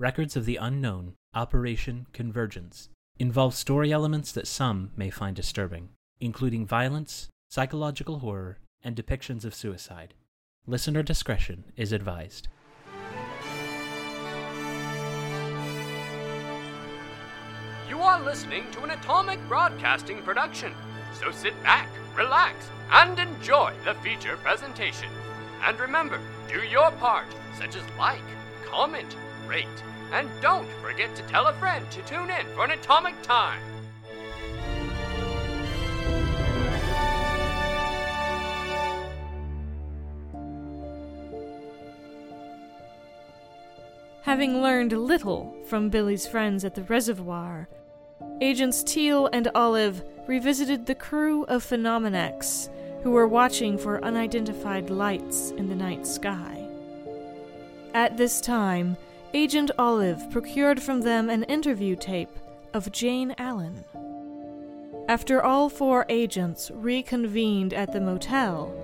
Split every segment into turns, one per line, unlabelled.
Records of the Unknown Operation Convergence involve story elements that some may find disturbing, including violence, psychological horror, and depictions of suicide. Listener discretion is advised.
You are listening to an Atomic Broadcasting production, so sit back, relax, and enjoy the feature presentation. And remember, do your part, such as like, comment, rate, and don't forget to tell a friend to tune in for an Atomic Time.
Having learned little from Billy's friends at the reservoir, Agents Teal and Olive revisited the crew of Phenomenex, who were watching for unidentified lights in the night sky. At this time, Agent Olive procured from them an interview tape of Jane Allen. After all four agents reconvened at the motel,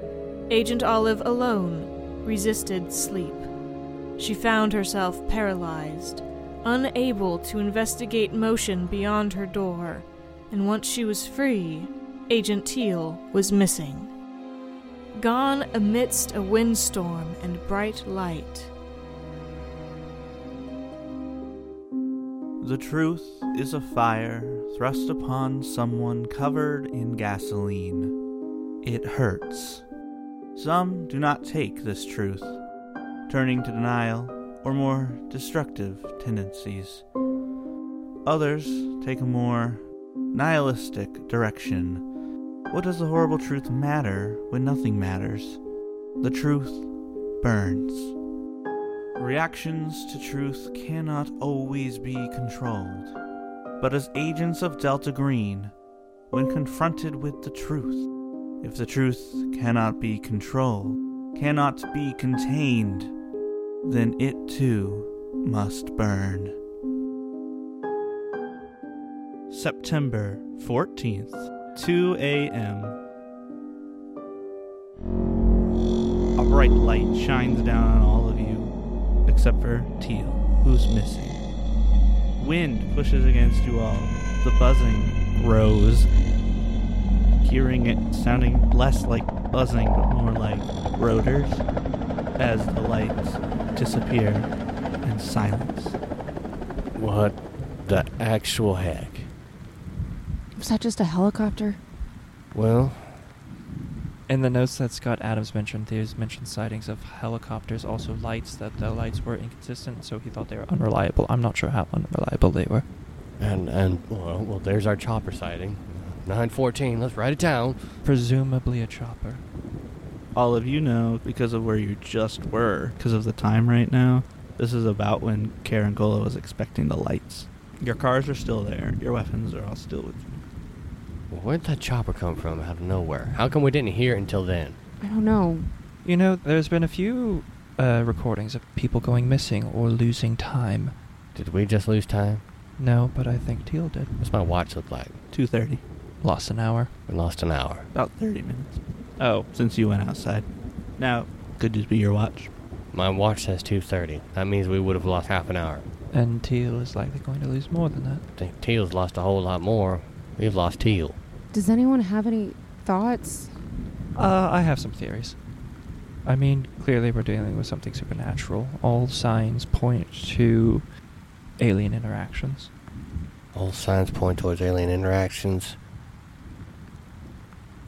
Agent Olive alone resisted sleep. She found herself paralyzed, unable to investigate motion beyond her door, and once she was free, Agent Teal was missing. Gone amidst a windstorm and bright light.
The truth is a fire thrust upon someone covered in gasoline. It hurts. Some do not take this truth, turning to denial or more destructive tendencies. Others take a more nihilistic direction. What does the horrible truth matter when nothing matters? The truth burns. Reactions to truth cannot always be controlled. But as agents of Delta Green, when confronted with the truth, if the truth cannot be controlled, cannot be contained, then it too must burn. September 14th, 2 a.m. A bright light shines down on all of you, except for Teal, who's missing. Wind pushes against you all. The buzzing rose, hearing it sounding less like buzzing but more like rotors as the lights disappear in silence.
What the actual heck?
Was that just a helicopter?
Well,
In the notes that Scott Adams mentioned, there's mentioned sightings of helicopters, also lights, that the lights were inconsistent, so he thought they were unreliable. I'm not sure how unreliable they were.
and and well, well there's our chopper sighting. 914, let's write it down.
Presumably a chopper.
All of you know, because of where you just were, because of the time right now, this is about when Karangola was expecting the lights. Your cars are still there, your weapons are all still with you.
Well, where'd that chopper come from out of nowhere? How come we didn't hear it until then?
I don't know.
You know, there's been a few uh, recordings of people going missing or losing time.
Did we just lose time?
No, but I think Teal did.
What's my watch look like?
2.30,
Lost an hour.
We lost an hour.
about 30 minutes,
Oh,
since you went outside. Now, could just be your watch.
My watch says 2.30. That means we would have lost half an hour.
and Teal is likely going to lose more than that.
I think Teal's lost a whole lot more. We've lost Teal.
Does anyone have any thoughts?
Uh, I have some theories. I mean, clearly we're dealing with something supernatural. All signs point to alien interactions.
All signs point towards alien interactions.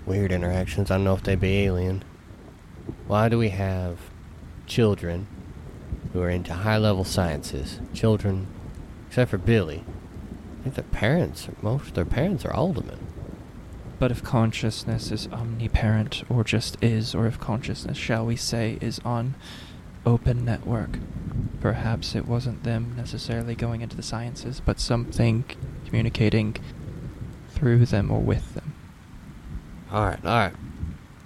Weird interactions. I don't know if they be alien. Why do we have children who are into high level sciences? Children, except for Billy. I think their parents, most of their parents are aldermen.
But if consciousness is omniparent, or just is, or if consciousness, shall we say, is on open network, perhaps it wasn't them necessarily going into the sciences, but something communicating through them or with them.
Alright, alright.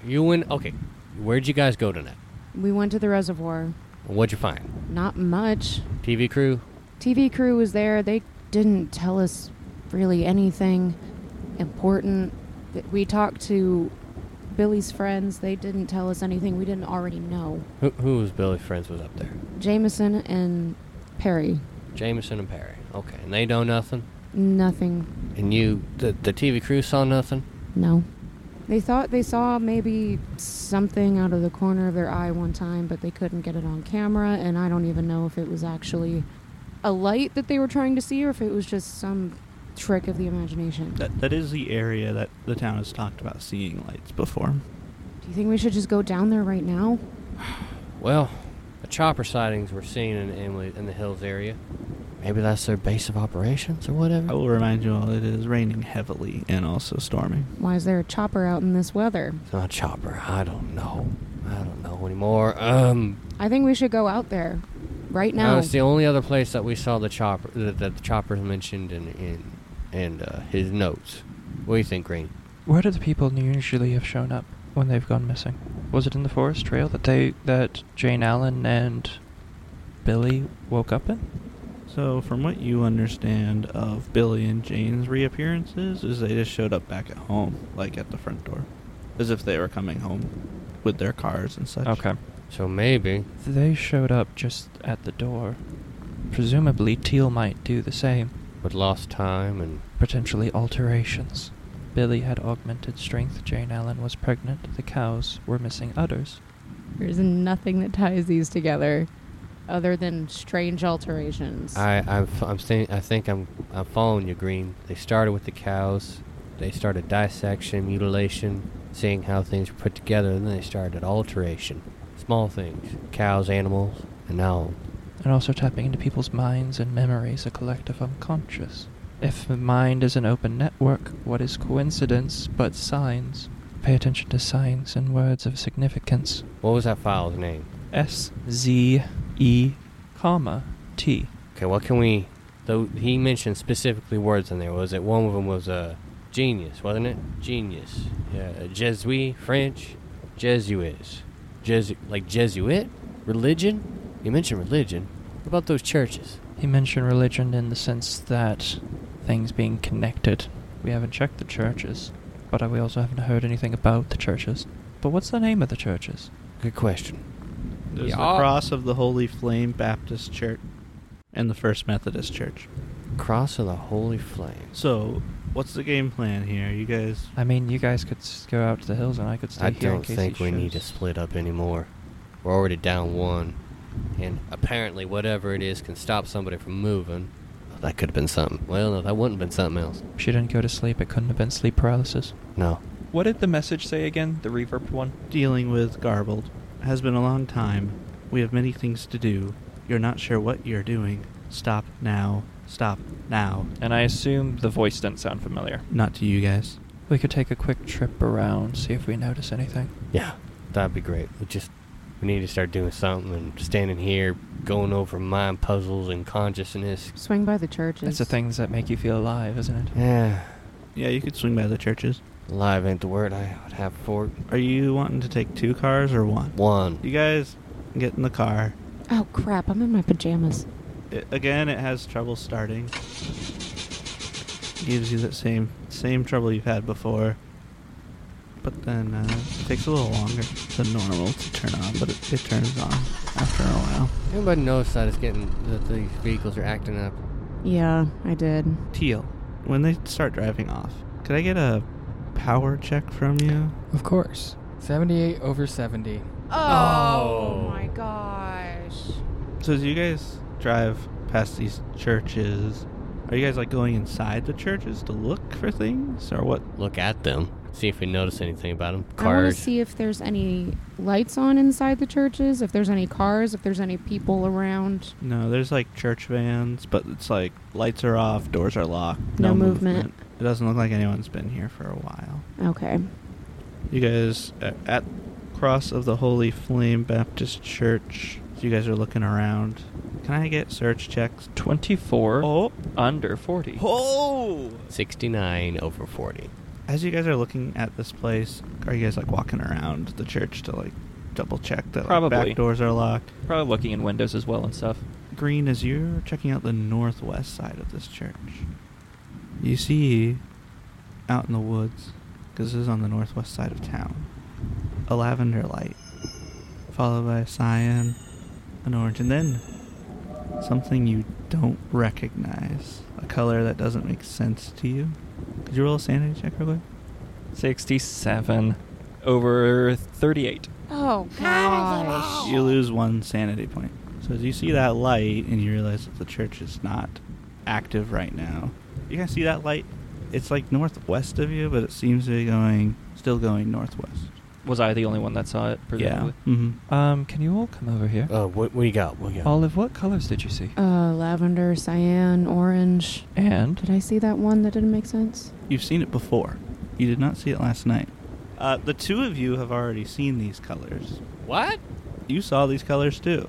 You and. Okay. Where'd you guys go tonight?
We went to the reservoir.
What'd you find?
Not much.
TV crew?
TV crew was there. They didn't tell us really anything important. That We talked to Billy's friends. They didn't tell us anything we didn't already know.
Who, who was Billy Friends was up there?
Jameson and Perry.
Jameson and Perry. Okay, and they know nothing.
Nothing.
And you, the the TV crew saw nothing.
No. They thought they saw maybe something out of the corner of their eye one time, but they couldn't get it on camera, and I don't even know if it was actually a light that they were trying to see or if it was just some trick of the imagination.
That, that is the area that the town has talked about seeing lights before.
Do you think we should just go down there right now?
Well, the chopper sightings were seen in Emily in the hills area. Maybe that's their base of operations or whatever.
I will remind you all, it is raining heavily and also storming.
Why is there a chopper out in this weather?
It's not a chopper. I don't know. I don't know anymore. Um,
I think we should go out there right
now
now.
it's the only other place that we saw the chopper that, that the chopper mentioned in in and uh, his notes. What do you think, Green?
Where do the people usually have shown up when they've gone missing? Was it in the forest trail that they that Jane Allen and Billy woke up in?
So, from what you understand of Billy and Jane's reappearances, is they just showed up back at home, like at the front door, as if they were coming home with their cars and such.
Okay.
So maybe
They showed up just at the door. Presumably Teal might do the same.
with lost time and
Potentially alterations. Billy had augmented strength, Jane Allen was pregnant, the cows were missing udders.
There's nothing that ties these together other than strange alterations.
I I'm f- I'm think I think I'm I'm following you, Green. They started with the cows. They started dissection, mutilation, seeing how things were put together, and then they started alteration. Small things, cows, animals, and now
And also tapping into people's minds and memories, a collective unconscious. If the mind is an open network, what is coincidence but signs? Pay attention to signs and words of significance.
what was that file's name?
S Z E comma T.
Okay, what can we? Though he mentioned specifically words in there. Was it one of them was uh, genius, wasn't it? Genius. Yeah, uh, Jesuit, French, Jesuits, Jesu like Jesuit religion. You mentioned religion. What about those churches?
He mentioned religion in the sense that things being connected. We haven't checked the churches, but uh, we also haven't heard anything about the churches. But what's the name of the churches?
Good question.
There's
Yeah.
the Cross of the Holy Flame Baptist Church and the First Methodist Church.
Cross of the Holy Flames.
So, what's the game plan here? You guys.
I mean, you guys could s- go out to the hills, and I could stay
I
here in
don't
case
think
he
we need to
shows.
split up anymore. We're already down one, and apparently whatever it is can stop somebody from moving. Oh, That could have been something. Well, no, that wouldn't have been something else.
She didn't go to sleep. It couldn't have been sleep paralysis.
No.
What did the message say again? The reverb one.
Dealing with garbled has been a long time. We have many things to do. You're not sure what you're doing. Stop now. Stop now.
And I assume the voice didn't sound familiar.
Not to you guys.
We could take a quick trip around, see if we notice anything.
Yeah, that'd be great. We just we need to start doing something and standing here going over mind puzzles and consciousness.
Swing by the churches.
It's the things that make you feel alive, isn't it?
Yeah,
Yeah, you could swing by the churches.
alive ain't the word I would have for it.
Are you wanting to take two cars or one?
One.
You guys get in the car.
Oh crap! I'm in my pajamas.
It, again, it has trouble starting. Gives you that same same trouble you've had before. But then uh, it takes a little longer than normal to turn on, but it, it turns on after a while.
Anybody notice that it's getting that these vehicles are acting up?
Yeah, I did.
Teal, when they start driving off, could I get a power check from you?
Of course. 78 over 70.
Oh. my
gosh!
So as you guys drive past these churches, are you guys like going inside the churches to look for things, or what?
Look at them. See if we notice anything about them.
I want
Cars.
to see if there's any lights on inside the churches. If there's any cars. If there's any people around.
No, there's like church vans, but it's like lights are off, doors are locked,
No movement.
It doesn't look like anyone's been here for a while.
Okay.
You guys a- at Cross of the Holy Flame Baptist Church. You guys are looking around. Can I get search checks?
24
Oh,
under 40.
oh!
69 over 40.
As you guys are looking at this place, are you guys like walking around the church to like double check that like,
Probably.
back doors are locked?
Probably looking in windows as well and stuff.
Green, as you're checking out the northwest side of this church, you see out in the woods, because this is on the northwest side of town, a lavender light, followed by a cyan, an orange, and then Something you don't recognize. A color that doesn't make sense to you. Could you roll a sanity check real quick?
67 over 38.
Oh gosh.
You lose one sanity point. So as you see that light and you realize that the church is not active right now, you can see that light. It's like northwest of you, but it seems to be going, still going northwest.
Was I the only one that saw it?
Yeah.
presumably?
hmm
Um, can you all come over here?
Oh, what, what do you got? What do you got?
Olive, what colors did you see?
Uh, lavender, cyan, orange.
And
Did I see that one that didn't make sense?
You've seen it before. You did not see it last night. Uh, the two of you have already seen these colors.
What?
You saw these colors too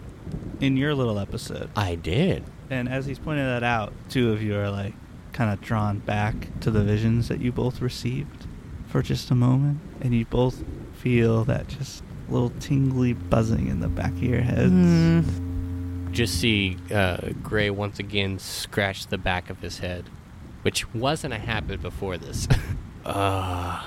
in your little episode.
I did.
And as he's pointing that out, two of you are like kind of drawn back to the visions that you both received for just a moment. And you both feel that just little tingly buzzing in the back of your heads.
Hmm.
Just see uh, Gray once again scratch the back of his head, which wasn't a habit before this. uh,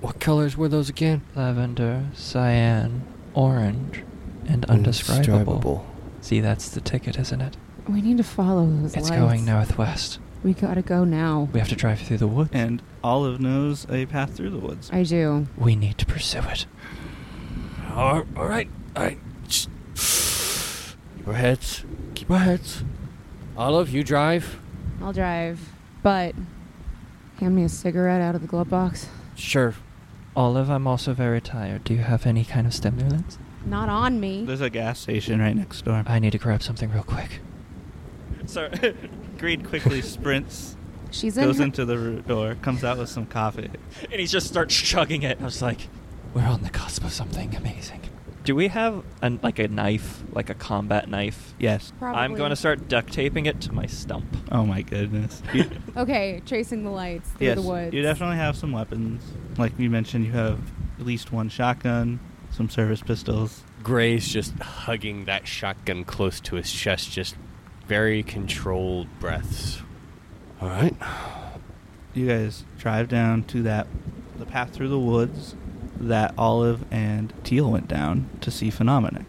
what colors were those again?
lavender, cyan, orange, and undescribable. See, that's the ticket, isn't it?
We need to follow those lights.
It's going northwest.
We gotta go now.
We have to drive through the woods.
And Olive knows a path through the woods.
I do.
we need to pursue it.
All right, all right. Just keep our heads. Keep our heads. Olive, you drive.
I'll drive. But hand me a cigarette out of the glove box.
Sure.
Olive, I'm also very tired. Do you have any kind of stimulants?
Not on me.
There's a gas station right next door.
I need to grab something real quick.
Sorry. Greed quickly sprints,
She's in.
goes
her-
into the ro- door, comes out with some coffee.
And he just starts chugging it. I was like, we're on the cusp of something amazing. Do we have an, like a knife, like a combat knife?
Yes.
I'm
Probably.
going to start duct taping it to my stump.
Oh my goodness. You-
Okay, tracing the lights through
yes,
the woods.
you definitely have some weapons. Like you mentioned, you have at least one shotgun, some service pistols.
Gray's just hugging that shotgun close to his chest, just very controlled breaths. All right.
You guys drive down to that the path through the woods that Olive and Teal went down to see Phenomenex.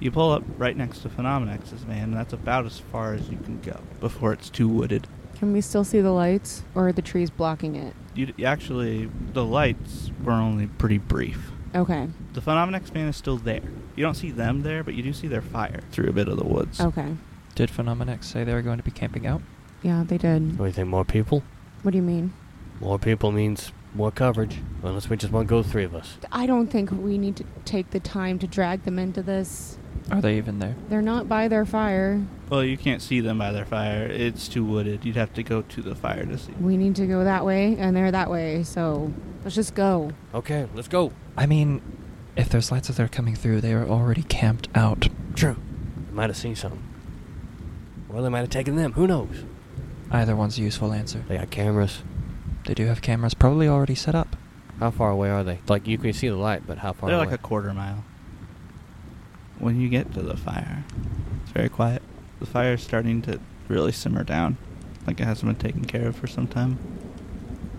You pull up right next to Phenomenex's van, and that's about as far as you can go before it's too wooded.
Can we still see the lights, or are the trees blocking it?
You d- actually the lights were only pretty brief.
Okay.
The Phenomenex van is still there. You don't see them there, but you do see their fire through a bit of the woods.
Okay.
Did Phenomenex say they were going to be camping out?
Yeah, they
What
did.
do you think? More people?
What do you mean?
More people means more coverage. Unless we just want to go three of us.
I don't think we need to take the time to drag them into this.
Are they even there?
They're not by their fire.
Well, you can't see them by their fire. It's too wooded. You'd have to go to the fire to see.
We need to go that way, and they're that way, so let's just go.
Okay, let's go.
I mean, if there's lights that they're coming through, they are already camped out.
True. They might have seen something. Or they might have taken them. Who knows?
Either one's a useful answer.
They got cameras.
They do have cameras probably already set up.
How far away are they? Like you can see the light, but how far?
They're
away?
like a quarter mile. When you get to the fire, it's very quiet. The fire is starting to really simmer down, like it hasn't been taken care of for some time.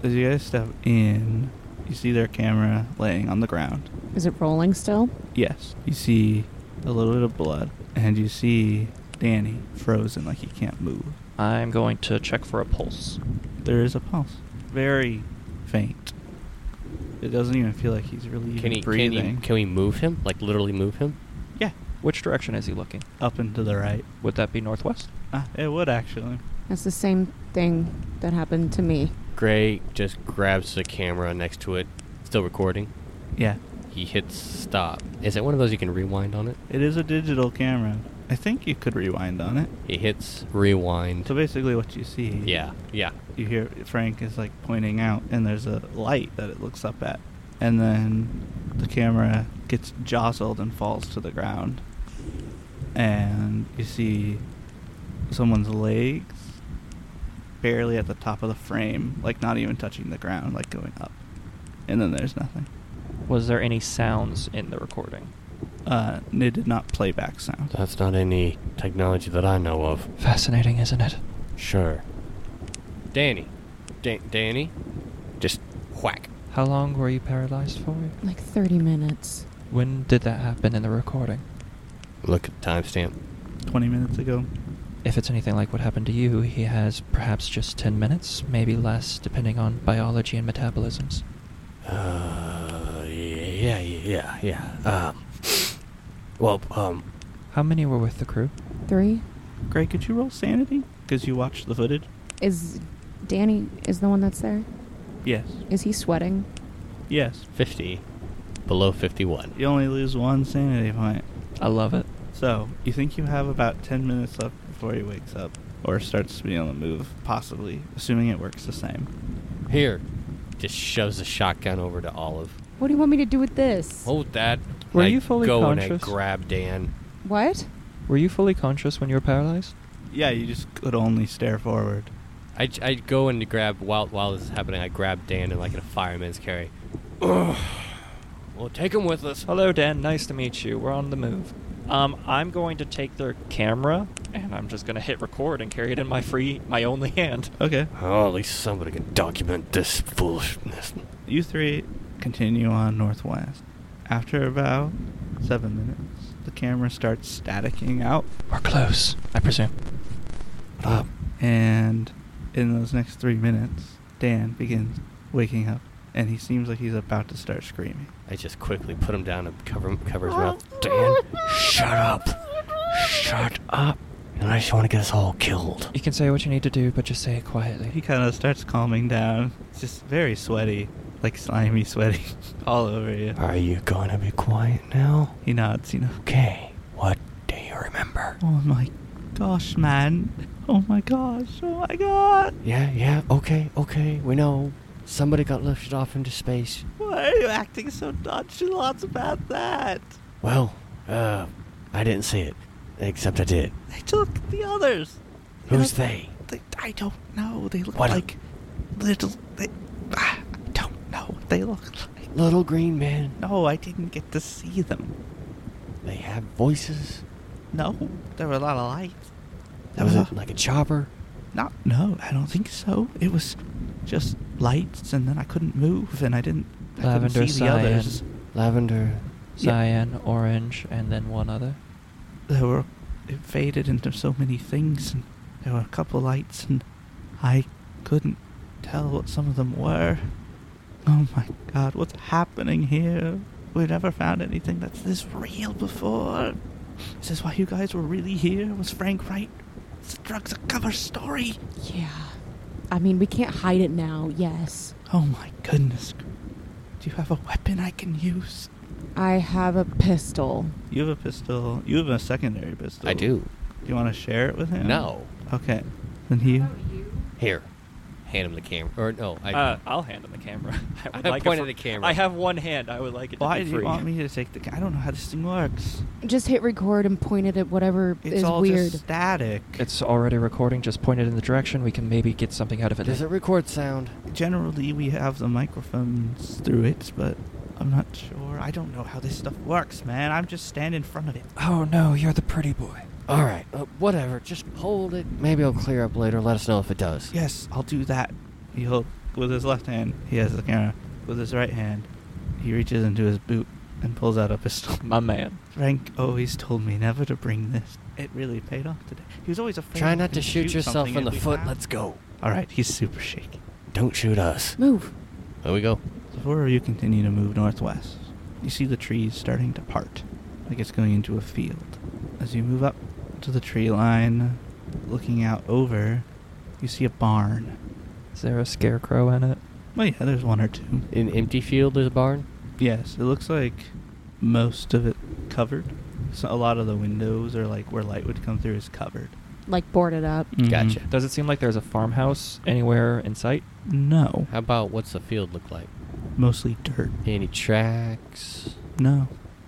As you guys step in, you see their camera laying on the ground.
Is it rolling still?
Yes, you see a little bit of blood, and you see Danny frozen like he can't move.
I'm going to check for a pulse.
There is a pulse, very faint. It doesn't even feel like he's really even
Can he? Can,
breathing.
he, can we move him? Like literally move him?
Yeah,
Which direction is he looking?
up and to the right.
Would that be northwest?
Ah, it would actually.
That's the same thing that happened to me.
Gray just grabs the camera next to it, still recording.
Yeah,
He hits stop. Is it one of those you can rewind on it?
it is a digital camera. I think you could rewind on it.
He hits rewind.
So basically, what you see,
yeah, yeah.
you hear Frank is like pointing out, and there's a light that it looks up at, and then the camera gets jostled and falls to the ground, and you see someone's legs barely at the top of the frame, like not even touching the ground, like going up, and then there's nothing.
Was there any sounds in the recording?
Uh, and it did not play back sound.
That's not any technology that I know of.
Fascinating, isn't it?
Sure. Danny, da- Danny, just whack.
How long were you paralyzed for?
Like 30 minutes.
When did that happen in the recording?
Look at the timestamp.
Twenty minutes ago.
If it's anything like what happened to you, he has perhaps just 10 minutes, maybe less, depending on biology and metabolisms.
Uh, yeah, yeah, yeah. Um, well, um,
How many were with the crew?
Three
Greg, could you roll sanity? Because you watched the footage?
is Danny is the one that's there.
Yes.
Is he sweating?
Yes.
50. Below 51.
You only lose one sanity point.
I love it.
So, you think you have about 10 minutes left before he wakes up or starts to be on the move, possibly, assuming it works the same.
Here. Just shoves a shotgun over to Olive.
What do you want me to do with this?
Hold that.
Were
I
you fully
go and I
conscious?
grab Dan.
What?
Were you fully conscious when you were paralyzed?
Yeah, you just could only stare forward.
I, I go and grab, while, while this is happening, I grab Dan and like in a fireman's carry. we'll take him with us.
Hello, Dan. Nice to meet you. We're on the move. Um, I'm going to take their camera and I'm just going to hit record and carry it in my free, my only hand.
Okay.
Oh, at least somebody can document this foolishness.
You three continue on northwest. After about seven minutes, the camera starts staticking out,
We're close, I presume.
and in those next three minutes, Dan begins waking up, and he seems like he's about to start screaming.
I just quickly put him down and cover, cover
Oh.
his mouth. Dan, shut up. Shut up. Unless you want to get us all killed.
You can say what you need to do, but just say it quietly.
He kind of starts calming down. It's just very sweaty, like slimy sweaty, all over you.
Are you going to be quiet now?
He nods, you know.
Okay. What do you remember?
Oh my gosh, man. Oh my gosh. Oh my god.
Yeah, yeah, okay, okay, we know. Somebody got lifted off into space.
Why are you acting so nonchalant about that?
Well, uh, I didn't see it. Except I did.
They took the others.
Who's
Yeah.
they?
They, I don't know. They look
What a-
like little. They, ah, I don't know what they look like.
Little green men.
No, I didn't get to see them.
They have voices.
No, there were a lot of lights. There
Was
a-
it like a chopper?
Not, no, I don't think so. It was just lights, and then I couldn't move, and I didn't. I
Lavender
couldn't see the
cyan.
others.
Lavender.
Yeah.
Cyan, orange, and then one other.
There were. It faded into so many things, and there were a couple lights, and I couldn't tell what some of them were. Oh my god, what's happening here? We never found anything that's this real before. Is this why you guys were really here? Was Frank right? This drug's a cover story.
Yeah. I mean, we can't hide it now. Yes.
Oh my goodness. Do you have a weapon I can use?
I have a pistol.
You have a pistol. You have a secondary pistol.
I do.
Do you want to share it with him?
No.
Okay. Then he.
Here. Hand him the camera. Or no, I.
uh, I'll hand him the camera. I would
I
like it
pointed
for-
the camera.
I have one hand. I would like it.
Why
to
do
be
you
free.
want me to take the? ca- I don't know how this thing works.
Just hit record and point it at whatever
It's
is
all
weird.
just static.
It's already recording. Just point it in the direction. We can maybe get something out of it.
Does it
later.
record sound?
generally we have the microphones through it, but I'm not sure. I don't know how this stuff works, man. I'm just standing in front of it.
oh no, you're the pretty boy.
All right, uh, whatever. Just hold it. Maybe I'll clear up later. Let us know if it does.
Yes, I'll do that. He'll with his left hand. He has the camera. With his right hand, he reaches into his boot and pulls out a pistol.
My man.
Frank always told me never to bring this. It really paid off today. He was always afraid.
Try
we
not to
could
shoot yourself
something
in the
if we
foot.
found-
Let's go.
All right, he's super shaky.
Don't shoot us.
Move.
There we go.
The four of you continue to move northwest. You see the trees starting to part, like it's going into a field. As you move up to the tree line, looking out over, you see a barn.
Is there a scarecrow in it?
Well, yeah, there's one or two.
An empty field is a barn.
Yes, it looks like most of it covered. So a lot of the windows are like where light would come through is covered.
Like board it up.
Gotcha.
Does it seem like there's a farmhouse anywhere in sight?
Mm-hmm. No,
How about what's the field look like?
mostly dirt.
Any tracks
No.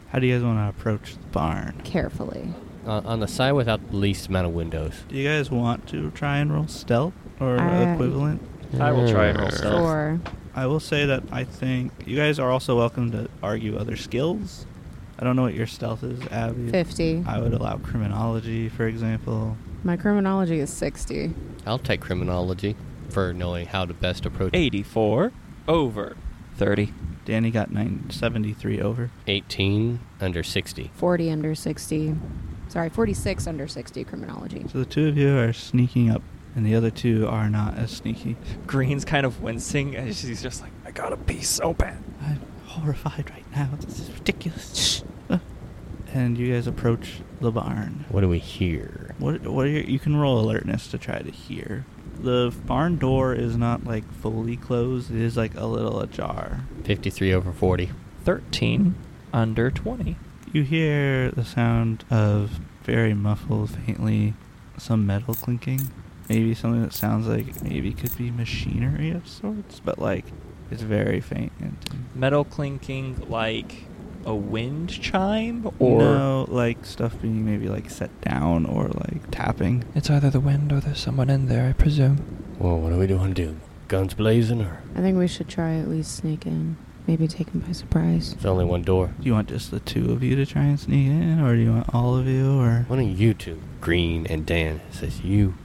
How do you guys want to approach the barn?
Carefully.
on on the side without the least amount of windows?
Do you guys want to try and roll stealth or
Uh,
equivalent?
I will try and roll stealth.
Sure.
I will say that I think you guys are also welcome to argue other skills. I don't know what your stealth is, Abby.
50.
I would allow criminology, for example.
My criminology is 60.
I'll take criminology for knowing how to best approach.
84 over 30.
Danny got 973 over.
18 under 60.
40 under 60. Sorry, 46 under 60 criminology.
So the two of you are sneaking up, and the other two are not as sneaky.
Green's kind of wincing as she's just like, I got a piece so bad.
I'm horrified right now. This is ridiculous. Shh. And you guys approach the barn.
What do we hear?
What? What? Are your, you can roll alertness to try to hear. The barn door is not like fully closed. It is like a little ajar.
53 over 40.
13 under 20.
You hear the sound of very muffled, faintly, some metal clinking. Maybe something that sounds like maybe could be machinery of sorts, but like it's very faint. And
Metal clinking like a wind chime or.
no, like stuff being maybe like set down or like tapping.
It's either the wind or there's someone in there, I presume.
Well, what do we want to do? Guns blazing or?
I think we should try at least sneak in. Maybe take him by surprise.
It's only one door.
Do you want just the two of you to try and sneak in, or do you want all of you, or
Why don't you two, Green and Dan, says you,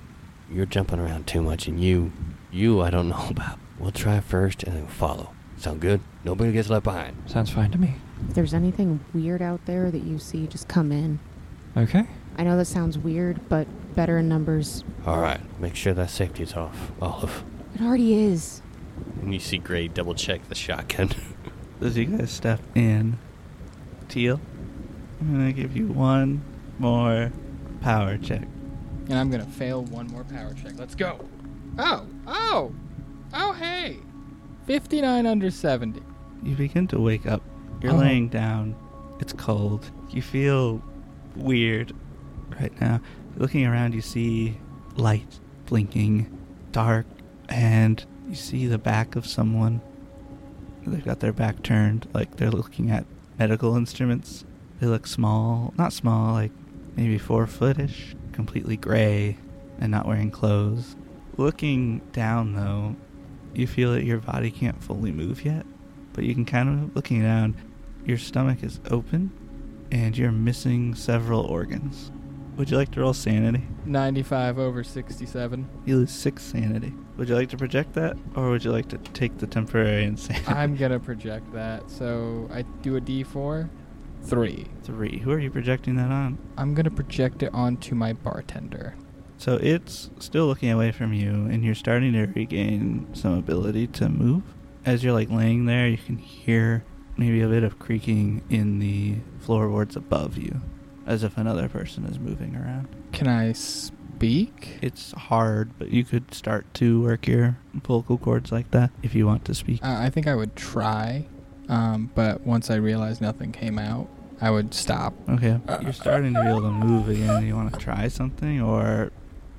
you're jumping around too much, and you, you, I don't know about. We'll try first and then we'll follow. Sound good? Nobody gets left behind.
Sounds fine to me.
If there's anything weird out there that you see, just come in.
Okay.
I know that sounds weird, but better in numbers.
All right, make sure that safety's off, Olive.
It already is.
And you see Gray double check the shotgun.
as you guys step in, Teal, I'm gonna give you one more power check.
And I'm gonna fail one more power check. Let's go. Oh, oh, oh, hey. 59 under 70.
You begin to wake up. You're
Oh.
laying down. It's cold. You feel weird right now. Looking around, you see light blinking, dark, and you see the back of someone. They've got their back turned, like they're looking at medical instruments. They look small, not small, like maybe four footish, completely gray, and not wearing clothes. Looking down, though, you feel that your body can't fully move yet but you can kind of looking down your stomach is open and you're missing several organs would you like to roll sanity
95 over 67.
you lose six sanity would you like to project that or would you like to take the temporary insanity
I'm gonna project that. So I do a d4. Three.
three who are you projecting that on
I'm gonna project it onto my bartender.
so it's still looking away from you and you're starting to regain some ability to move as you're like laying there you can hear maybe a bit of creaking in the floorboards above you as if another person is moving around
Can I speak?
It's hard, but you could start to work your vocal cords like that if you want to speak.
Uh, I think I would try, um, but once I realized nothing came out, I would stop.
Okay, you're starting to be able to move again. You want to try something, or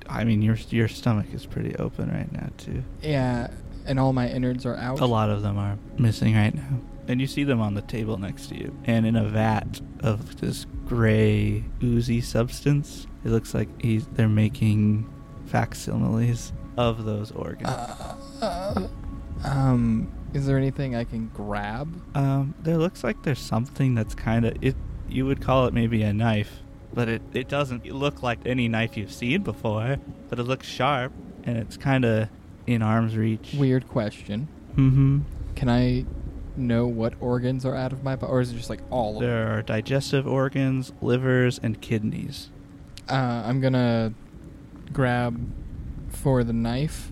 I mean, your your stomach is pretty open right now too.
Yeah, and all my innards are out.
A lot of them are missing right now, and you see them on the table next to you, and in a vat of this gray oozy substance. It looks like he's, they're making facsimiles of those organs.
Uh, uh, um, is there anything I can grab?
Um, there looks like there's something that's kind of it. You would call it maybe a knife, but it it doesn't look like any knife you've seen before. But it looks sharp, and it's kind of in arm's reach.
Weird question.
Mm-hmm.
Can I know what organs are out of my body, or is it just like all of them?
There are digestive organs, livers, and kidneys.
Uh, I'm gonna grab for the knife,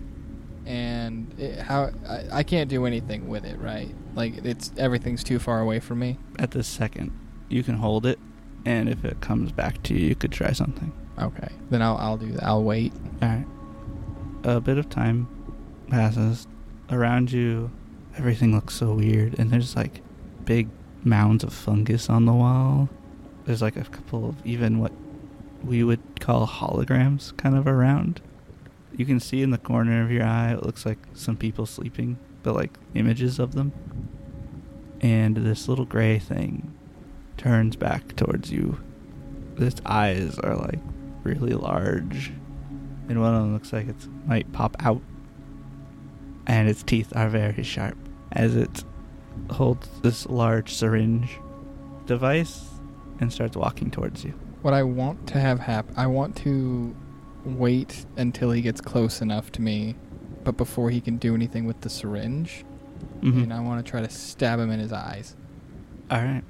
and it, how I, I can't do anything with it, right? Like it's everything's too far away from me.
At this second, you can hold it, and if it comes back to you, you could try something.
Okay, then I'll I'll do that. I'll wait.
All right. A bit of time passes. Around you, everything looks so weird, and there's like big mounds of fungus on the wall. There's like a couple of even what we would call holograms kind of around. You can see in the corner of your eye, it looks like some people sleeping, but like images of them. And this little gray thing turns back towards you. Its eyes are like really large and one of them looks like it might pop out. And its teeth are very sharp as it holds this large syringe device and starts walking towards you.
What I want to have happen, I want to wait until he gets close enough to me, but before he can do anything with the syringe,
Mm-hmm.
and I want to try to stab him in his eyes.
All right.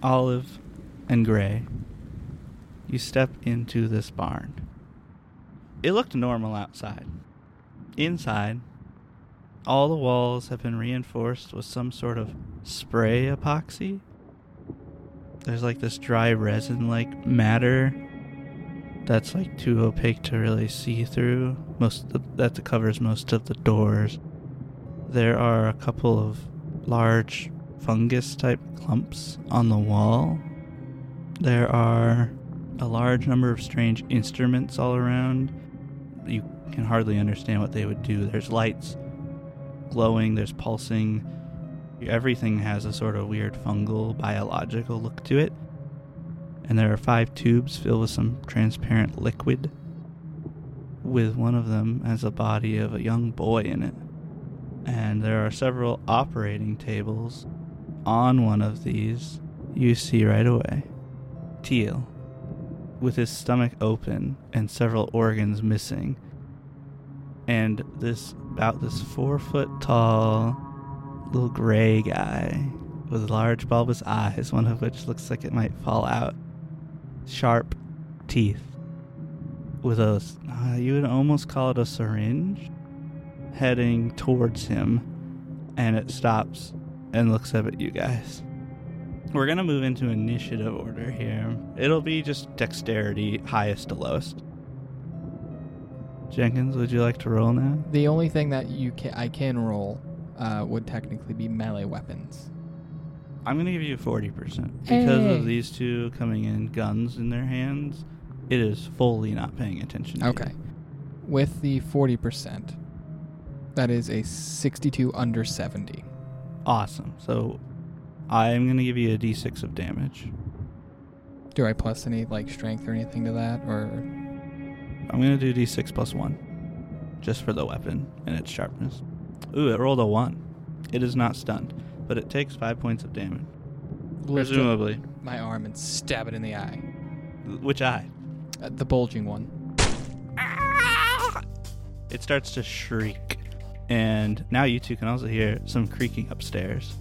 Olive and Gray, you step into this barn. It looked normal outside. Inside, all the walls have been reinforced with some sort of spray epoxy. There's like this dry resin like matter that's like too opaque to really see through. Most of the, that covers most of the doors. There are a couple of large fungus type clumps on the wall. There are a large number of strange instruments all around. You can hardly understand what they would do. There's lights glowing, there's pulsing. Everything has a sort of weird fungal, biological look to it. And there are five tubes filled with some transparent liquid, with one of them as a body of a young boy in it. And there are several operating tables. On one of these, you see right away Teal, with his stomach open and several organs missing. And this about this four foot tall little gray guy with large bulbous eyes, one of which looks like it might fall out. Sharp teeth. With a, s- uh, you would almost call it a syringe, heading towards him, and it stops and looks up at you guys. We're gonna move into initiative order here. It'll be just dexterity, highest to lowest. Jenkins, would you like to roll now?
The only thing that you can I can roll uh, would technically be melee weapons.
I'm gonna give you forty percent because
Hey.
of these two coming in guns in their hands. It is fully not paying attention. To
Okay. With the 40%, that is a 62 under 70.
you. Awesome. So I am gonna give you a d6 of damage.
Do I plus any like strength or anything to that or
I'm gonna do d6 plus one, just for the weapon and its sharpness. Ooh, it rolled a one. It is not stunned, but it takes five points of damage,
lift up
presumably.
my arm and stab it in the eye?
Which eye?
Uh, the bulging one.
It starts to shriek. And now you two can also hear some creaking upstairs.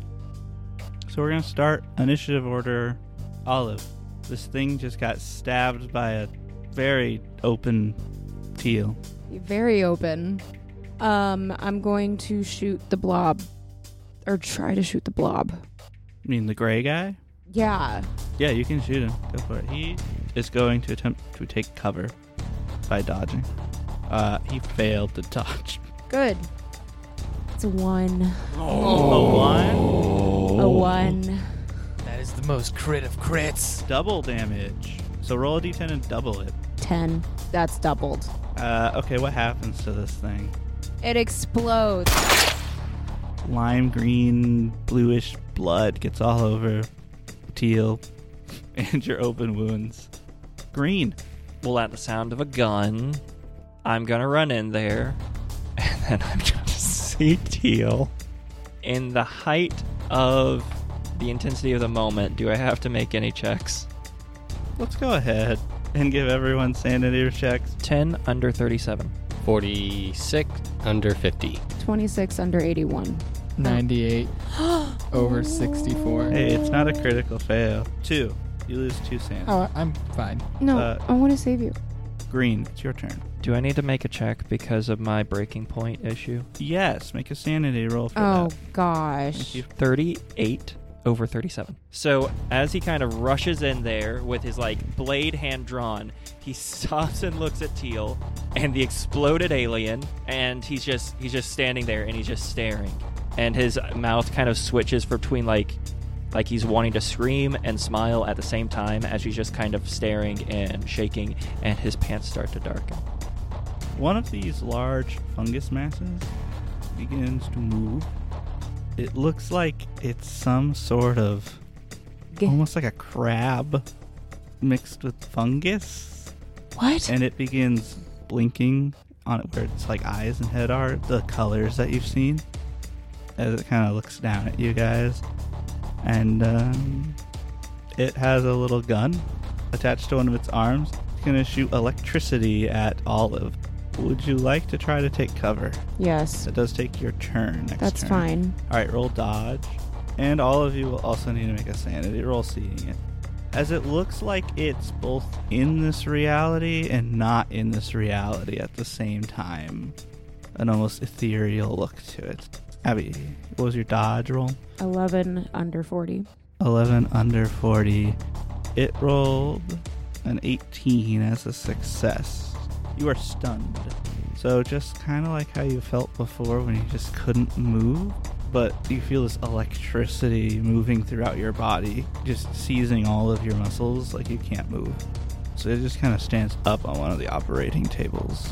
So we're going to start initiative order Olive. This thing just got stabbed by a very open teal.
Very open. Um, I'm going to shoot the blob, or try to shoot the blob.
I mean, the gray guy?
Yeah.
Yeah, you can shoot him. Go for it. He is going to attempt to take cover by dodging. Uh, he failed to dodge.
Good. It's a one.
A one.
A one.
That is the most crit of crits.
Double damage. So roll a d10 and double it.
Ten. That's doubled.
Uh, okay, what happens to this thing?
It explodes.
lime green, bluish blood gets all over teal and your open wounds. Green.
Well, at the sound of a gun, I'm gonna run in there, and then I'm gonna see Teal. In the height of the intensity of the moment, do I have to make any checks?
Let's go ahead and give everyone sanity checks.
10 under 37.
46 under 50.
26 under 81.
98 over 64.
Hey, it's not a critical fail. Two. You lose two sanity.
Oh, I'm fine.
No,
Uh,
I want to save you.
Green, it's your turn.
Do I need to make a check because of my breaking point issue?
Yes, make a sanity roll for
Oh,
that. Thank
gosh.
you.
38 over 37. So as he kind of rushes in there with his like blade hand drawn, he stops and looks at Teal and the exploded alien, and he's just he's just standing there and he's just staring, and his mouth kind of switches between like like he's wanting to scream and smile at the same time as he's just kind of staring and shaking, and his pants start to darken.
One of these large fungus masses begins to move. It looks like it's some sort of
G-
almost like a crab mixed with fungus
What?
and it begins blinking on it where its like eyes and head are the colors that you've seen as it kind of looks down at you guys and um, it has a little gun attached to one of its arms it's gonna shoot electricity at olive would you like to try to take cover
Yes.
that does take your turn next
That's
turn.
fine.
All right, roll dodge, and all of you will also need to make a sanity roll seeing it. as it looks like it's both in this reality and not in this reality at the same time. An almost ethereal look to it. Abby, what was your dodge roll?
11 under 40.
11 under 40. It rolled an 18 as a success. You are stunned. So, just kind of like how you felt before when you just couldn't move, but you feel this electricity moving throughout your body, just seizing all of your muscles like you can't move. So, it just kind of stands up on one of the operating tables.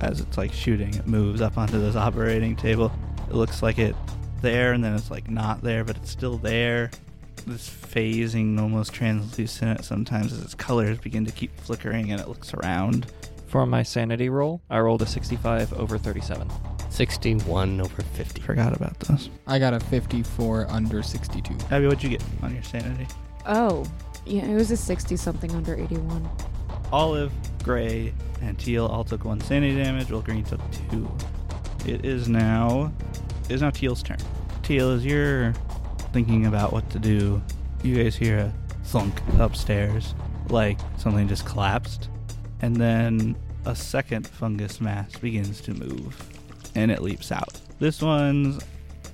As it's like shooting, it moves up onto this operating table. It looks like it there and then it's like not there, but it's still there this phasing, almost translucent sometimes as its colors begin to keep flickering and it looks around.
For my sanity roll, I rolled a 65 over 37.
61 over 50.
Forgot about this.
I got a 54 under 62.
Abby, what'd you get on your sanity?
Oh, yeah, it was a 60 something under 81.
Olive, gray, and teal all took one sanity damage, while green took two. It is now it is now teal's turn. Teal, as you're thinking about what to do, you guys hear a thunk upstairs, like something just collapsed. And then a second fungus mass begins to move and it leaps out. This one's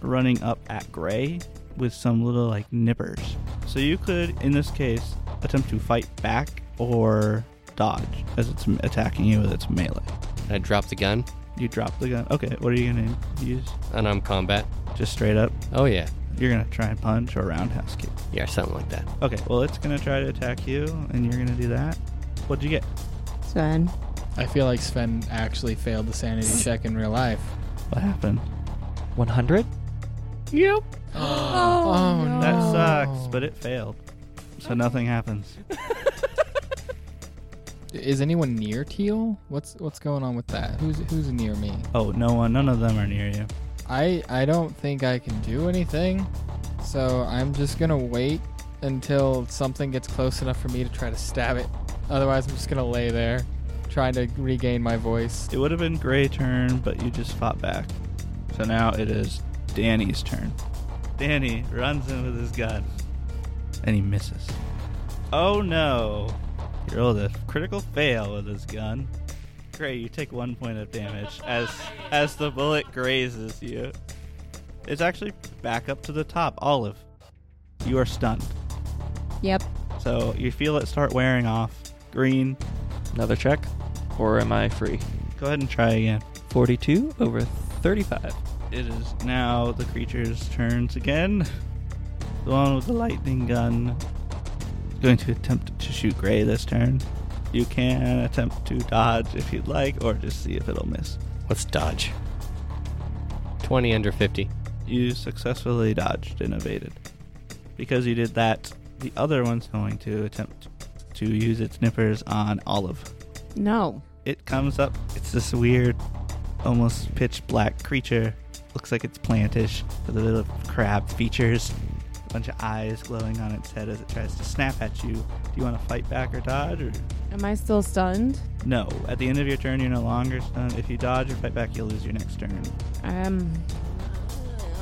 running up at gray with some little like nippers. So you could, in this case, attempt to fight back or dodge as it's attacking you with its melee.
I dropped the gun,
You drop the gun. Okay, what are you gonna use?
and I'm combat.
Just straight up.
Oh, yeah.
You're gonna try and punch or roundhouse kick.
Yeah, something like that.
Okay, well it's gonna try to attack you, and you're gonna do that. What'd you get?
Sven.
I feel like Sven actually failed the sanity check in real life.
What happened?
100?
Oh, no.
That sucks, but it failed. So nothing happens.
Is anyone near Teal? What's what's going on with that? Who's who's near me?
Oh, no one, none of them are near you.
I I don't think I can do anything. So I'm just gonna wait until something gets close enough for me to try to stab it. Otherwise, I'm just gonna lay there, trying to regain my voice.
It would have been Gray turn, but you just fought back. So now it is Danny's turn. Danny runs in with his gun, and he misses. Oh no! He rolled a critical fail with his gun. Gray, you take one point of damage as as the bullet grazes you. It's actually back up to the top. Olive, you are stunned.
Yep.
So you feel it start wearing off. Green,
Another check? Or am I free?
go ahead and try again.
42 over 35.
It is now the creature's turns again. The one with the lightning gun is going to attempt to shoot Gray this turn. You can attempt to dodge if you'd like, or just see if it'll miss.
Let's dodge. 20 under 50.
You successfully dodged and evaded. Because you did that, the other one's going to attempt to use its nippers on Olive.
No.
It comes up. It's this weird, almost pitch black creature. Looks like it's plantish with a little crab features, a bunch of eyes glowing on its head as it tries to snap at you. Do you want to fight back or dodge? Or
Am I still stunned?
no. At the end of your turn, you're no longer stunned. If you dodge or fight back, you'll lose your next turn.
Um,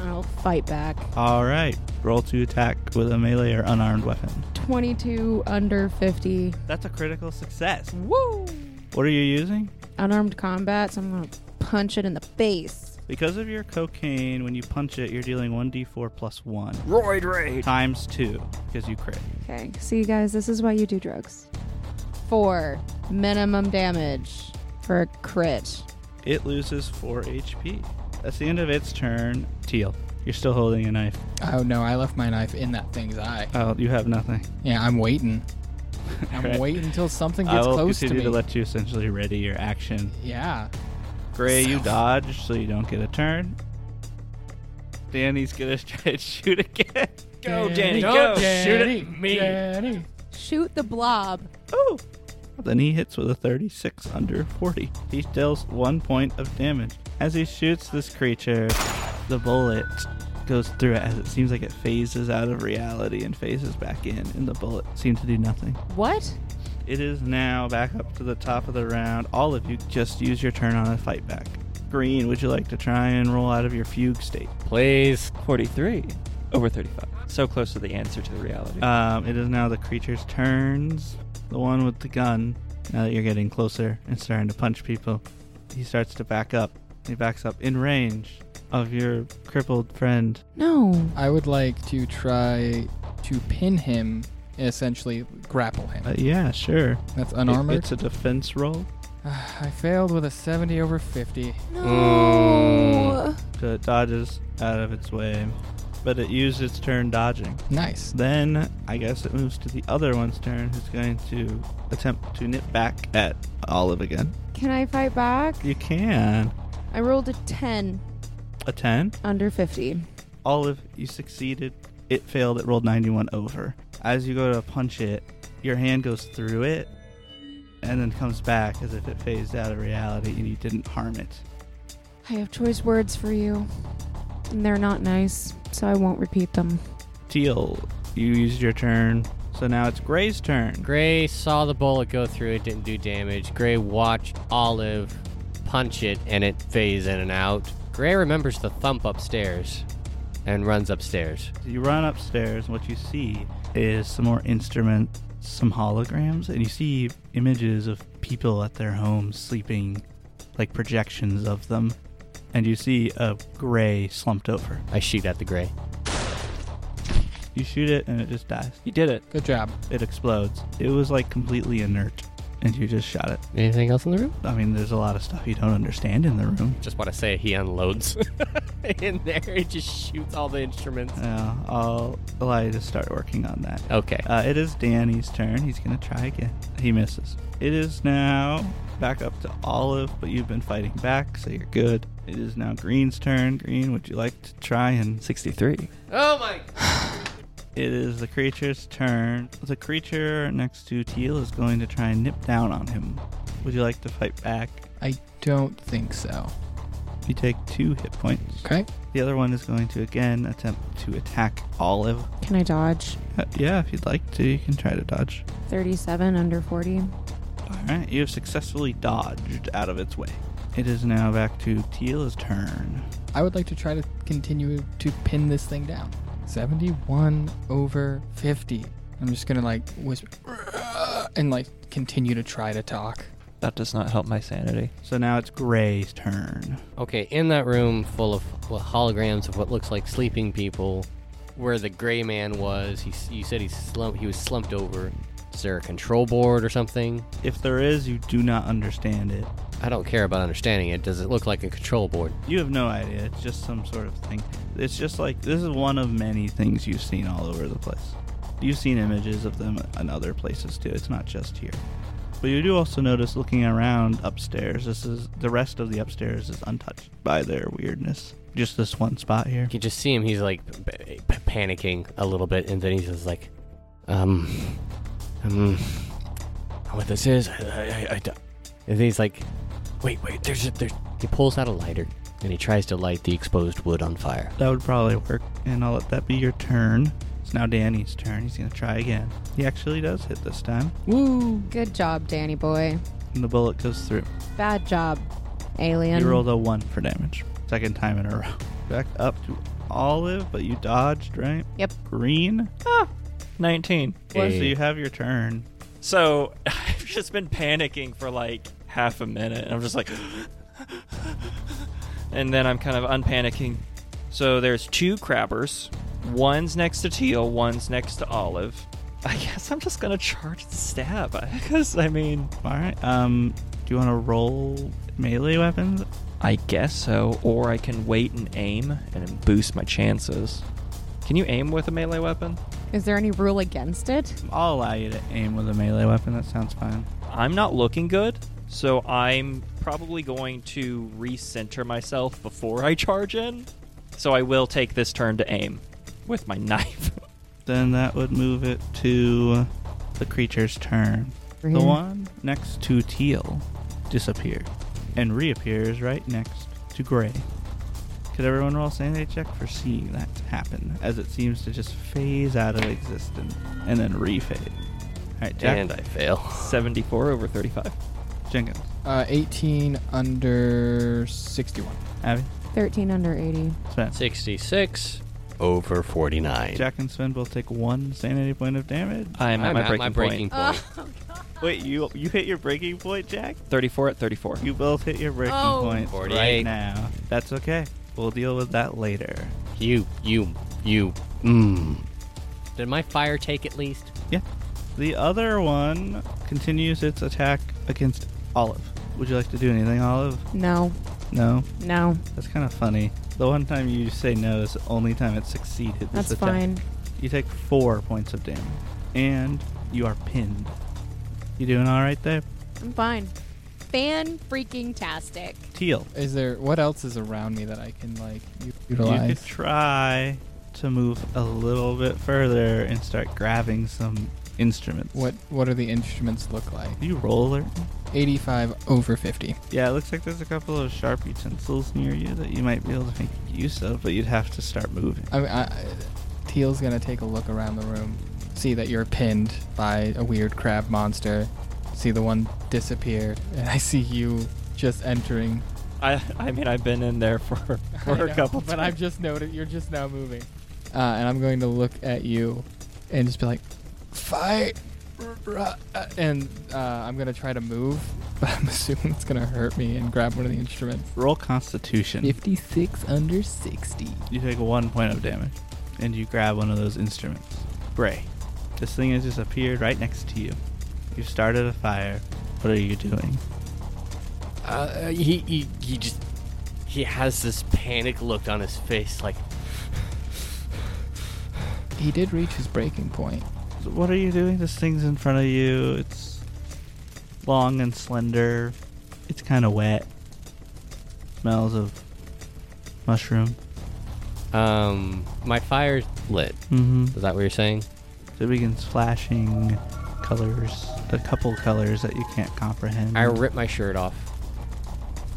I'll fight back.
All right. Roll to attack with a melee or unarmed weapon.
22 under 50.
That's a critical success.
Woo!
What are you using?
Unarmed combat, so I'm gonna punch it in the face.
Because of your cocaine, when you punch it, you're dealing 1d4 plus 1
Roid rage.
times 2 because you crit.
Okay, see, guys, this is why you do drugs. Four minimum damage for a crit.
It loses 4 HP. That's the end of its turn. Teal, you're still holding a knife.
Oh no, I left my knife in that thing's eye.
Oh, you have nothing.
Yeah, I'm waiting. I'm
Right.
waiting until something
I
gets
will
close to
continue
me.
to, let you essentially ready your action.
yeah.
Gray, you dodge, so you don't get a turn. Danny's gonna try to shoot again.
Go, Danny,
Don't
go.
Danny,
Oh, Shoot at me.
Danny.
Shoot the blob.
Oh! Then he hits with a 36 under 40. He deals one point of damage. As he shoots this creature, the bullet goes through it as it seems like it phases out of reality and phases back in, and the bullet seemed to do nothing.
What?
It is now back up to the top of the round. All of you just use your turn on a fight back. Green, would you like to try and roll out of your fugue state?
Please.
43 over 35. So close to the answer to the reality.
Um, it is now the creature's turns. The one with the gun. Now that you're getting closer and starting to punch people, he starts to back up. He backs up in range of your crippled friend.
No.
I would like to try to pin him and essentially grapple him.
Uh, yeah, sure.
That's
It-
unarmored.
it's a defense roll
I failed with a 70 over 50.
No.
so it dodges out of its way, but it used its turn dodging.
Nice.
Then I guess it moves to the other one's turn, who's going to attempt to nip back at Olive again.
Can I fight back?
You can.
I rolled a 10
A 10.
under 50.
Olive, you succeeded. It failed. It rolled 91 over. As you go to punch it, your hand goes through it and then comes back as if it phased out of reality and you didn't harm it.
I have choice words for you, and they're not nice, so I won't repeat them.
Teal, you used your turn. So now it's Gray's turn.
Gray saw the bullet go through it, didn't do damage. Gray watched Olive punch it, and it phase in and out. Gray remembers the thump upstairs and runs upstairs.
You run upstairs, and what you see is some more instruments, some holograms, and you see images of people at their homes sleeping, like projections of them. And you see a gray slumped over.
I shoot at the gray.
You shoot it, and it just dies.
you did it.
Good job.
It explodes. It was like completely inert, and you just shot it.
Anything else in the room?
I mean, there's a lot of stuff you don't understand in the room.
Just want to say he unloads in there. He just shoots all the instruments.
Yeah, Uh, I'll allow you to start working on that.
Okay.
Uh, it is Danny's turn. He's going to try again. He misses. It is now back up to Olive, but you've been fighting back, so you're good. It is now Green's turn. Green, would you like to try and.
63.
oh my!
It is the creature's turn. The creature next to Teal is going to try and nip down on him. Would you like to fight back?
I don't think so.
You take two hit points.
Okay.
The other one is going to again attempt to attack Olive.
Can I dodge?
Uh, yeah, if you'd like to, you can try to dodge.
37 under 40.
All right, you have successfully dodged out of its way. It is now back to Teal's turn.
I would like to try to continue to pin this thing down. 71 over 50. I'm just gonna like whisper and like continue to try to talk.
That does not help my sanity.
So now it's Gray's turn.
Okay, in that room full of well, holograms of what looks like sleeping people, where the gray man was, he, s- you said he slump, he was slumped over. Is there a control board or something?
If there is, you do not understand it.
I don't care about understanding it. Does it look like a control board?
You have no idea. It's just some sort of thing. It's just like this is one of many things you've seen all over the place. You've seen images of them in other places too. It's not just here. But you do also notice looking around upstairs. This is the rest of the upstairs is untouched by their weirdness. Just this one spot here.
You can just see him. He's like p- p- panicking a little bit, and then he's just like, um, um, what this is? I, I, I, I don't-" And he's like, wait, wait. There's, a, there's. He pulls out a lighter, and he tries to light the exposed wood on fire.
That would probably work, and I'll let that be your turn. It's now Danny's turn. He's gonna try again. He actually does hit this time,
Woo! Good job, Danny boy.
and the bullet goes through.
Bad job, alien.
You rolled a one for damage. Second time in a row. Back up to Olive, but you dodged, right?
Yep.
Green.
19.
Okay, So
Hey.
you have your turn.
So I've just been panicking for like half a minute, and I'm just like, and then I'm kind of unpanicking. So there's two crabbers. One's next to Teal, one's next to Olive. I guess I'm just gonna charge the stab. Because I mean,
All right. Um, do you want to roll melee weapons?
I guess so. Or I can wait and aim and boost my chances. Can you aim with a melee weapon?
Is there any rule against it?
I'll allow you to aim with a melee weapon. That sounds fine.
I'm not looking good, so I'm probably going to recenter myself before I charge in. So I will take this turn to aim with my knife.
Then that would move it to the creature's turn.
Green.
The one next to teal disappeared and reappears right next to gray. Could everyone roll a sanity check for seeing that happen as it seems to just phase out of existence and then refade? All right, Jack.
And I fail.
74 over 35.
Jenkins.
Uh, 18 under 61.
Abby.
13 under 80.
Sven.
66 over 49.
Jack and Sven both take one sanity point of damage.
I am at,
I'm
my,
at
breaking
my
point.
breaking point.
Wait, you you hit your breaking point, Jack?
34 at 34.
You both hit your breaking
Oh.
point
48.
right now. That's okay. We'll deal with that later.
You, you, you. Mmm. Did my fire take at least?
Yeah. The other one continues its attack against Olive. Would you like to do anything, Olive?
No,
No?
no,
That's kind of funny. The one time you say no is the only time it succeeded. This
that's
attack.
fine.
You take four points of damage, and you are pinned. You doing all right there,
I'm fine. Fan freaking tastic.
Teal?
Is there what else is around me that I can like u-
You
utilize?
could try to move a little bit further and start grabbing some instruments.
What what do the instruments look like?
Do you roll alert?
85 over 50.
Yeah, it looks like there's a couple of sharp utensils near you that you might be able to make use of, but you'd have to start moving.
I, I, I- Teal's gonna take a look around the room, see that you're pinned by a weird crab monster, see the one disappear, and I see you just entering.
I, I mean, I've been in there for, for
I
a
know,
couple
but
times.
I've just noted you're just now moving, uh, and I'm going to look at you, and just be like, fight, Ruh-roh," uh, and uh, I'm gonna try to move, but I'm assuming it's gonna hurt me and grab one of the instruments.
Roll Constitution.
56 under 60.
You take one point of damage, and you grab one of those instruments. Bray, this thing has just appeared right next to you. You've started a fire. What are you doing?
Uh, he, he, he just. He has this panic look on his face like,
He did reach his breaking point.
So what are you doing? This thing's in front of you. It's long and slender. It's kind of wet. Smells of mushroom.
um, my fire's lit.
Mm-hmm.
Is that what you're saying?
It begins flashing colors, a couple colors that you can't comprehend.
I rip my shirt off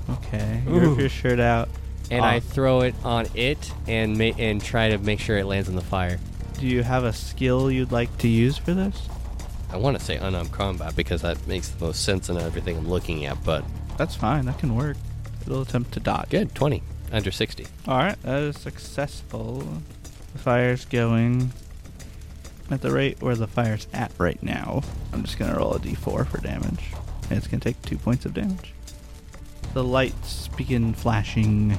okay. You rip
Ooh.
your shirt out.
and I
Ah.
throw it on it and ma- and try to make sure it lands on the fire.
Do you have a skill you'd like to use for this?
I want to say unarmed combat because that makes the most sense in everything I'm looking at, but
That's fine. That can work. It'll attempt to dodge.
good, 20 under 60.
All right, that is successful. The fire's going at the rate where the fire's at right now. I'm just gonna roll a d4 for damage, and it's gonna take two points of damage. The lights begin flashing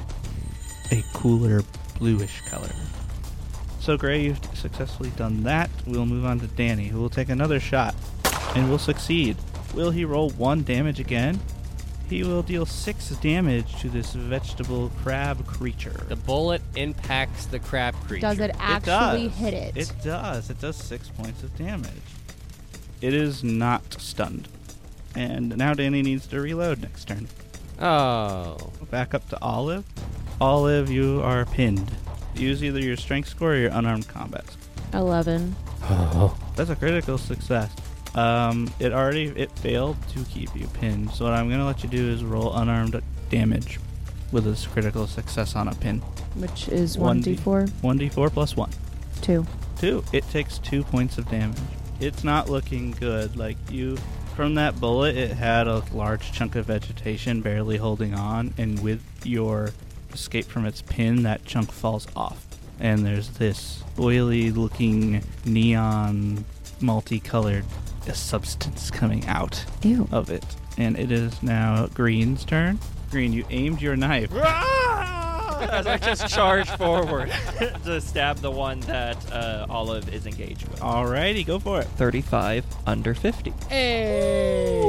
a cooler bluish color. So, Gray, you've successfully done that. We'll move on to Danny, who will take another shot and will succeed. Will he roll one damage again? He will deal six damage to this vegetable crab creature.
The bullet impacts the crab creature.
Does it
It
actually
does.
hit it?
It does. It does six points of damage. It is not stunned. And now Danny needs to reload next turn.
Oh.
Back up to Olive. Olive, you are pinned. Use either your strength score or your unarmed combat. score.
11.
That's a critical success. Um, it already it failed to keep you pinned. So what I'm gonna let you do is roll unarmed damage with a s- critical success on a pin.
Which is
One
one
D-
d four,
One d4 plus one.
two.
Two. It takes two points of damage. It's not looking good. Like you, from that bullet, it had a large chunk of vegetation barely holding on, and with your escape from its pin, that chunk falls off. And there's this oily-looking neon, multicolored substance coming out
Ew.
of it. And it is now Green's turn. Green, you aimed your knife.
As I just charge forward "Ah!" to stab the one that uh, Olive is engaged
Uh,
with.
Alrighty, go for it.
35 under 50.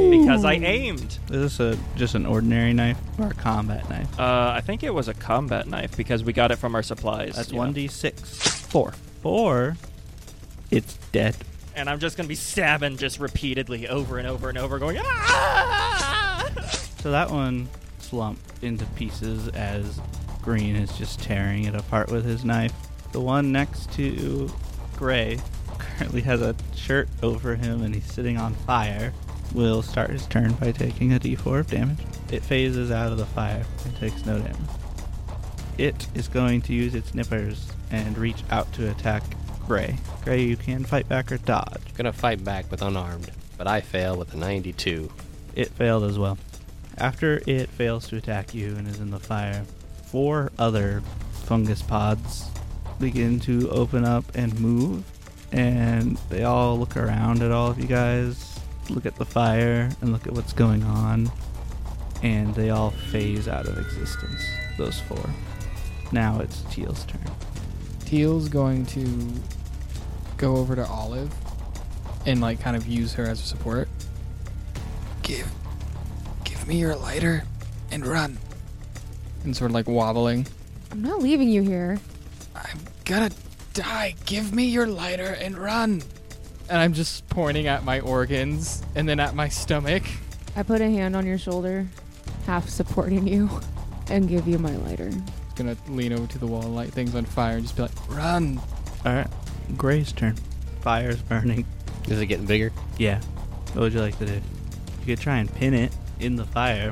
Because I aimed.
Is this a just an ordinary knife or a combat knife?
Uh, I think it was a combat knife because we got it from our supplies.
That's
yeah.
one d six.
Four.
Four. It's dead.
And I'm just going to be stabbing just repeatedly over and over and over, going, ah!
So that one slumped into pieces as Green is just tearing it apart with his knife. The one next to Gray currently has a shirt over him and he's sitting on fire. Will start his turn by taking a d4 of damage. It phases out of the fire and takes no damage. It is going to use its nippers and reach out to attack Gray. Gray, you can fight back or dodge.
Gonna fight back with unarmed, but I fail with a 92.
It failed as well. After it fails to attack you and is in the fire, four other fungus pods begin to open up and move, and they all look around at all of you guys, look at the fire, and look at what's going on, and they all phase out of existence. Those four. Now it's Teal's turn.
Teal's going to go over to Olive and like kind of use her as a support.
Give, give me your lighter, and run.
And sort of like wobbling.
I'm not leaving you here.
I'm gonna die. Give me your lighter and run.
And I'm just pointing at my organs and then at my stomach.
I put a hand on your shoulder, half supporting you, and give you my lighter.
Gonna lean over to the wall, light things on fire, and just be like,
Run.
All right, Gray's turn. Fire's burning.
Is it getting bigger?
Yeah. What would you like to do? You could try and pin it in the fire.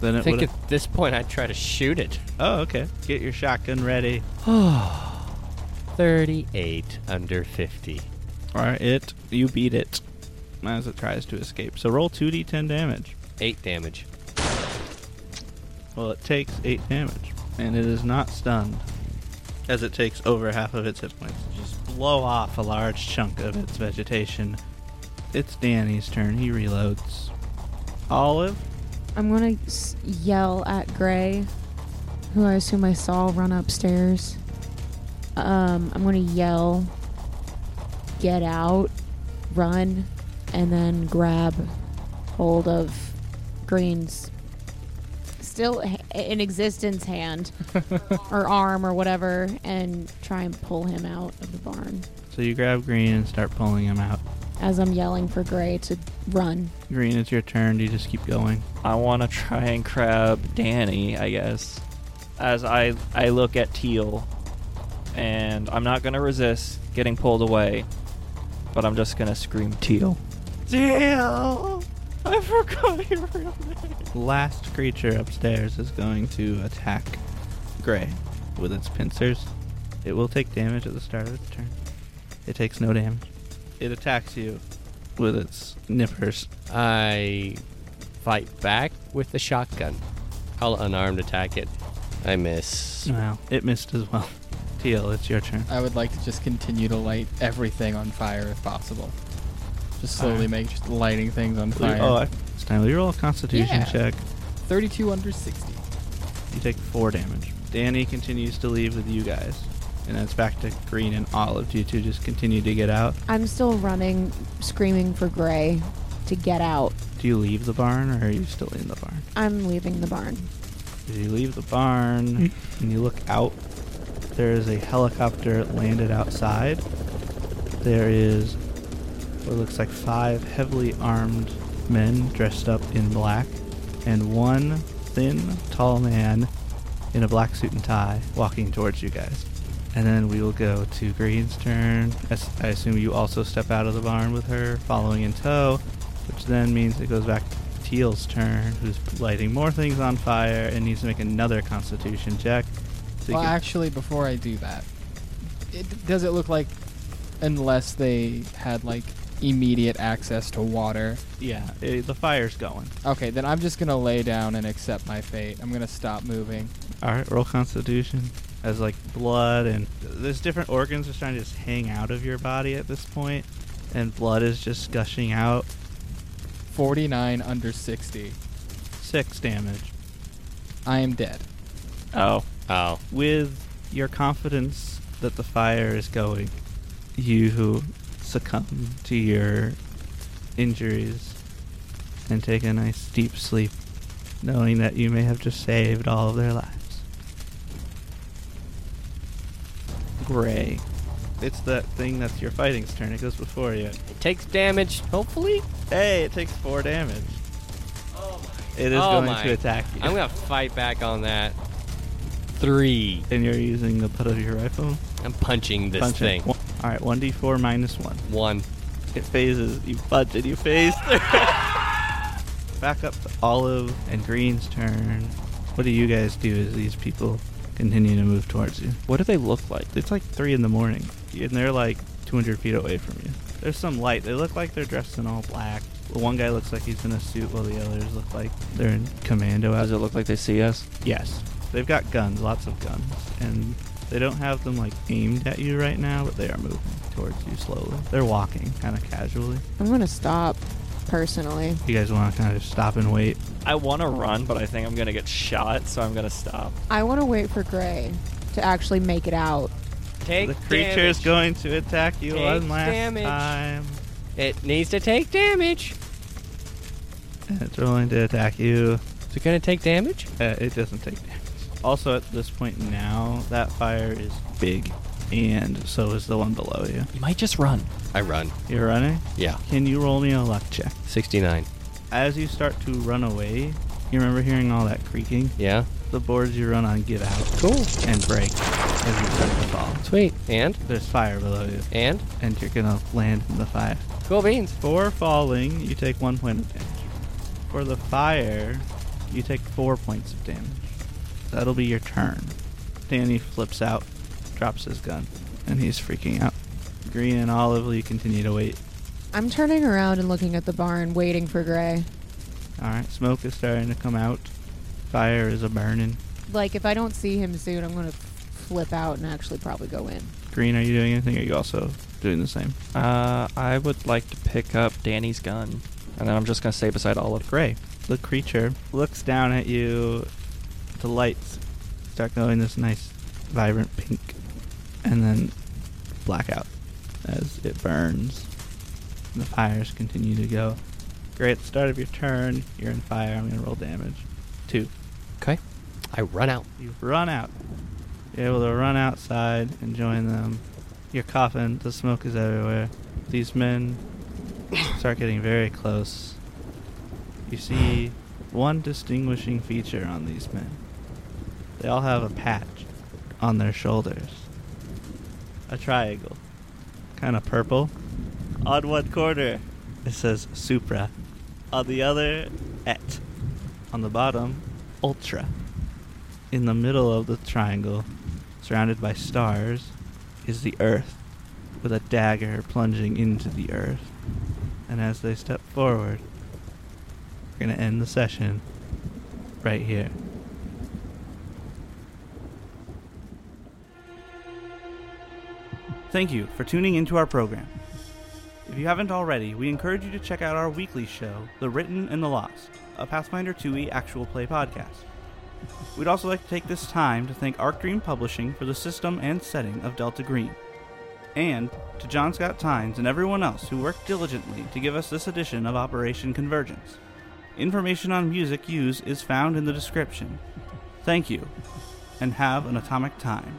Then
I
it
think
would.
at this point I'd try to shoot it.
Oh, okay. Get your shotgun ready.
38 under 50.
All right, it. You beat it as it tries to escape. So roll 2d10 damage.
8 damage.
Well, it takes 8 damage, and it is not stunned as it takes over half of its hit points. Just blow off a large chunk of its vegetation. It's Danny's turn. He reloads. Olive?
I'm gonna s- yell at Gray, who I assume I saw run upstairs. Um, I'm gonna yell, get out, run, and then grab hold of Green's still h- in existence hand or arm or whatever, and try and pull him out of the barn
So you grab Green and start pulling him out.
as I'm yelling for Gray to run.
Green, it's your turn. Do you just keep going?
I want to try and grab Danny, I guess, as I I look at Teal, and I'm not gonna resist getting pulled away, but I'm just gonna scream Teal. Teal, I forgot your real name.
last creature upstairs is going to attack Gray with its pincers. It will take damage at the start of its turn. It takes no damage. It attacks you with its nippers.
I fight back with the shotgun. I'll unarmed attack it. I miss.
Well, it missed as well. Teal, it's your turn.
I would like to just continue to light everything on fire if possible. Just slowly
Alright.
make just lighting things on fire.
Oh, I- it's time. You roll a Constitution
Yeah.
check.
32 under 60.
You take four damage. Danny continues to leave with you guys, and then it's back to Green and Olive. You two just continue to get out.
I'm still running, screaming for Gray to get out.
Do you leave the barn, or are you still in the barn?
I'm leaving the barn.
You leave the barn and you look out. There is a helicopter landed outside. There is what looks like five heavily armed men dressed up in black, and one thin, tall man in a black suit and tie walking towards you guys. And then we will go to Green's turn. As I assume you also step out of the barn with her, following in tow, which then means it goes back to Teal's turn, who's lighting more things on fire and needs to make another Constitution check. So you
Well,
can-
actually, before I do that, it, does it look like, unless they had like immediate access to water?
yeah, it, the fire's going.
Okay, then I'm just gonna lay down and accept my fate. I'm gonna stop moving.
All right, roll Constitution as like blood and there's different organs are starting to just hang out of your body at this point, and blood is just gushing out.
49 under 60.
Six damage.
I am dead.
Oh,
Oh.
With your confidence that the fire is going, you succumb to your injuries and take a nice deep sleep, knowing that you may have just saved all of their lives. Gray. It's that thing that's your fighting's turn. It goes before you.
It takes damage, hopefully?
Hey, it takes four damage. It is
Oh
going
my.
to attack you.
I'm going to fight back on that. Three.
and you're using the put of your rifle.
I'm punching this
Punch it.
thing.
One- All right, one d4 minus one.
One.
It phases. You punch it. You phase. through. Back up to Olive and Green's turn. What do you guys do as these people continue to move towards you?
what do they look like?
It's like three in the morning, and they're like 200 feet away from you. There's some light. They look like they're dressed in all black. The one guy looks like he's in a suit, while the others look like they're in commando
Does it
outfit.
look like they see us?
Yes, they've got guns, lots of guns, and They don't have them like aimed at you right now, but they are moving towards you slowly. They're walking kind of casually.
I'm gonna stop, personally.
You guys want to kind of just stop and wait.
I want to run, but I think I'm gonna get shot, so I'm gonna stop.
I want to wait for Gray to actually make it out.
Take
the creature is
damage.
going to attack you
Take
one last
damage.
time.
It needs to take damage.
And It's rolling to attack you.
Is it gonna take damage?
Uh, it doesn't take damage. Also, at this point now, that fire is big, and so is the one below you.
You might just run.
I run.
You're running.
Yeah.
Can you roll me a luck check?
69.
As you start to run away, you remember hearing all that creaking.
Yeah.
The boards you run on get out
Cool.
and break as you start to fall.
Sweet. And?
There's fire below you,
And?
and you're gonna land in the fire.
Cool beans.
For falling, you take one point of damage. For the fire, you take four points of damage. That'll be your turn. Danny flips out, drops his gun, and he's freaking out. Green and Olive, you continue to wait.
I'm turning around and looking at the barn, waiting for Gray.
Alright, smoke is starting to come out. Fire is a burning.
Like, if I don't see him soon, I'm gonna flip out and actually probably go in.
Green, are you doing anything? Are you also doing the same?
Uh, I would like to pick up Danny's gun, and then I'm just gonna stay beside Olive.
Gray, the creature, looks down at you. The lights start going this nice, vibrant pink, and then blackout as it burns. The fires continue to go. Gray, at the start of your turn, you're in fire. I'm going to roll damage. Two.
Okay. I run out.
You run out. You're able to run outside and join them. You're coughing. The smoke is everywhere. These men start getting very close. You see one distinguishing feature on these men. They all have a patch on their shoulders. A triangle. Kind of purple. On one corner, it says Supra. On the other, Et. On the bottom, Ultra. In the middle of the triangle, surrounded by stars, is the earth, with a dagger plunging into the earth. And as they step forward, we're going to end the session right here. Thank you for tuning into our program. If you haven't already, we encourage you to check out our weekly show, The Written and the Lost, a Pathfinder 2e actual play podcast. We'd also like to take this time to thank Arc Dream Publishing for the system and setting of Delta Green, and to John Scott Tynes and everyone else who worked diligently to give us this edition of Operation Convergence. Information on music used is found in the description. Thank you, and have an atomic time.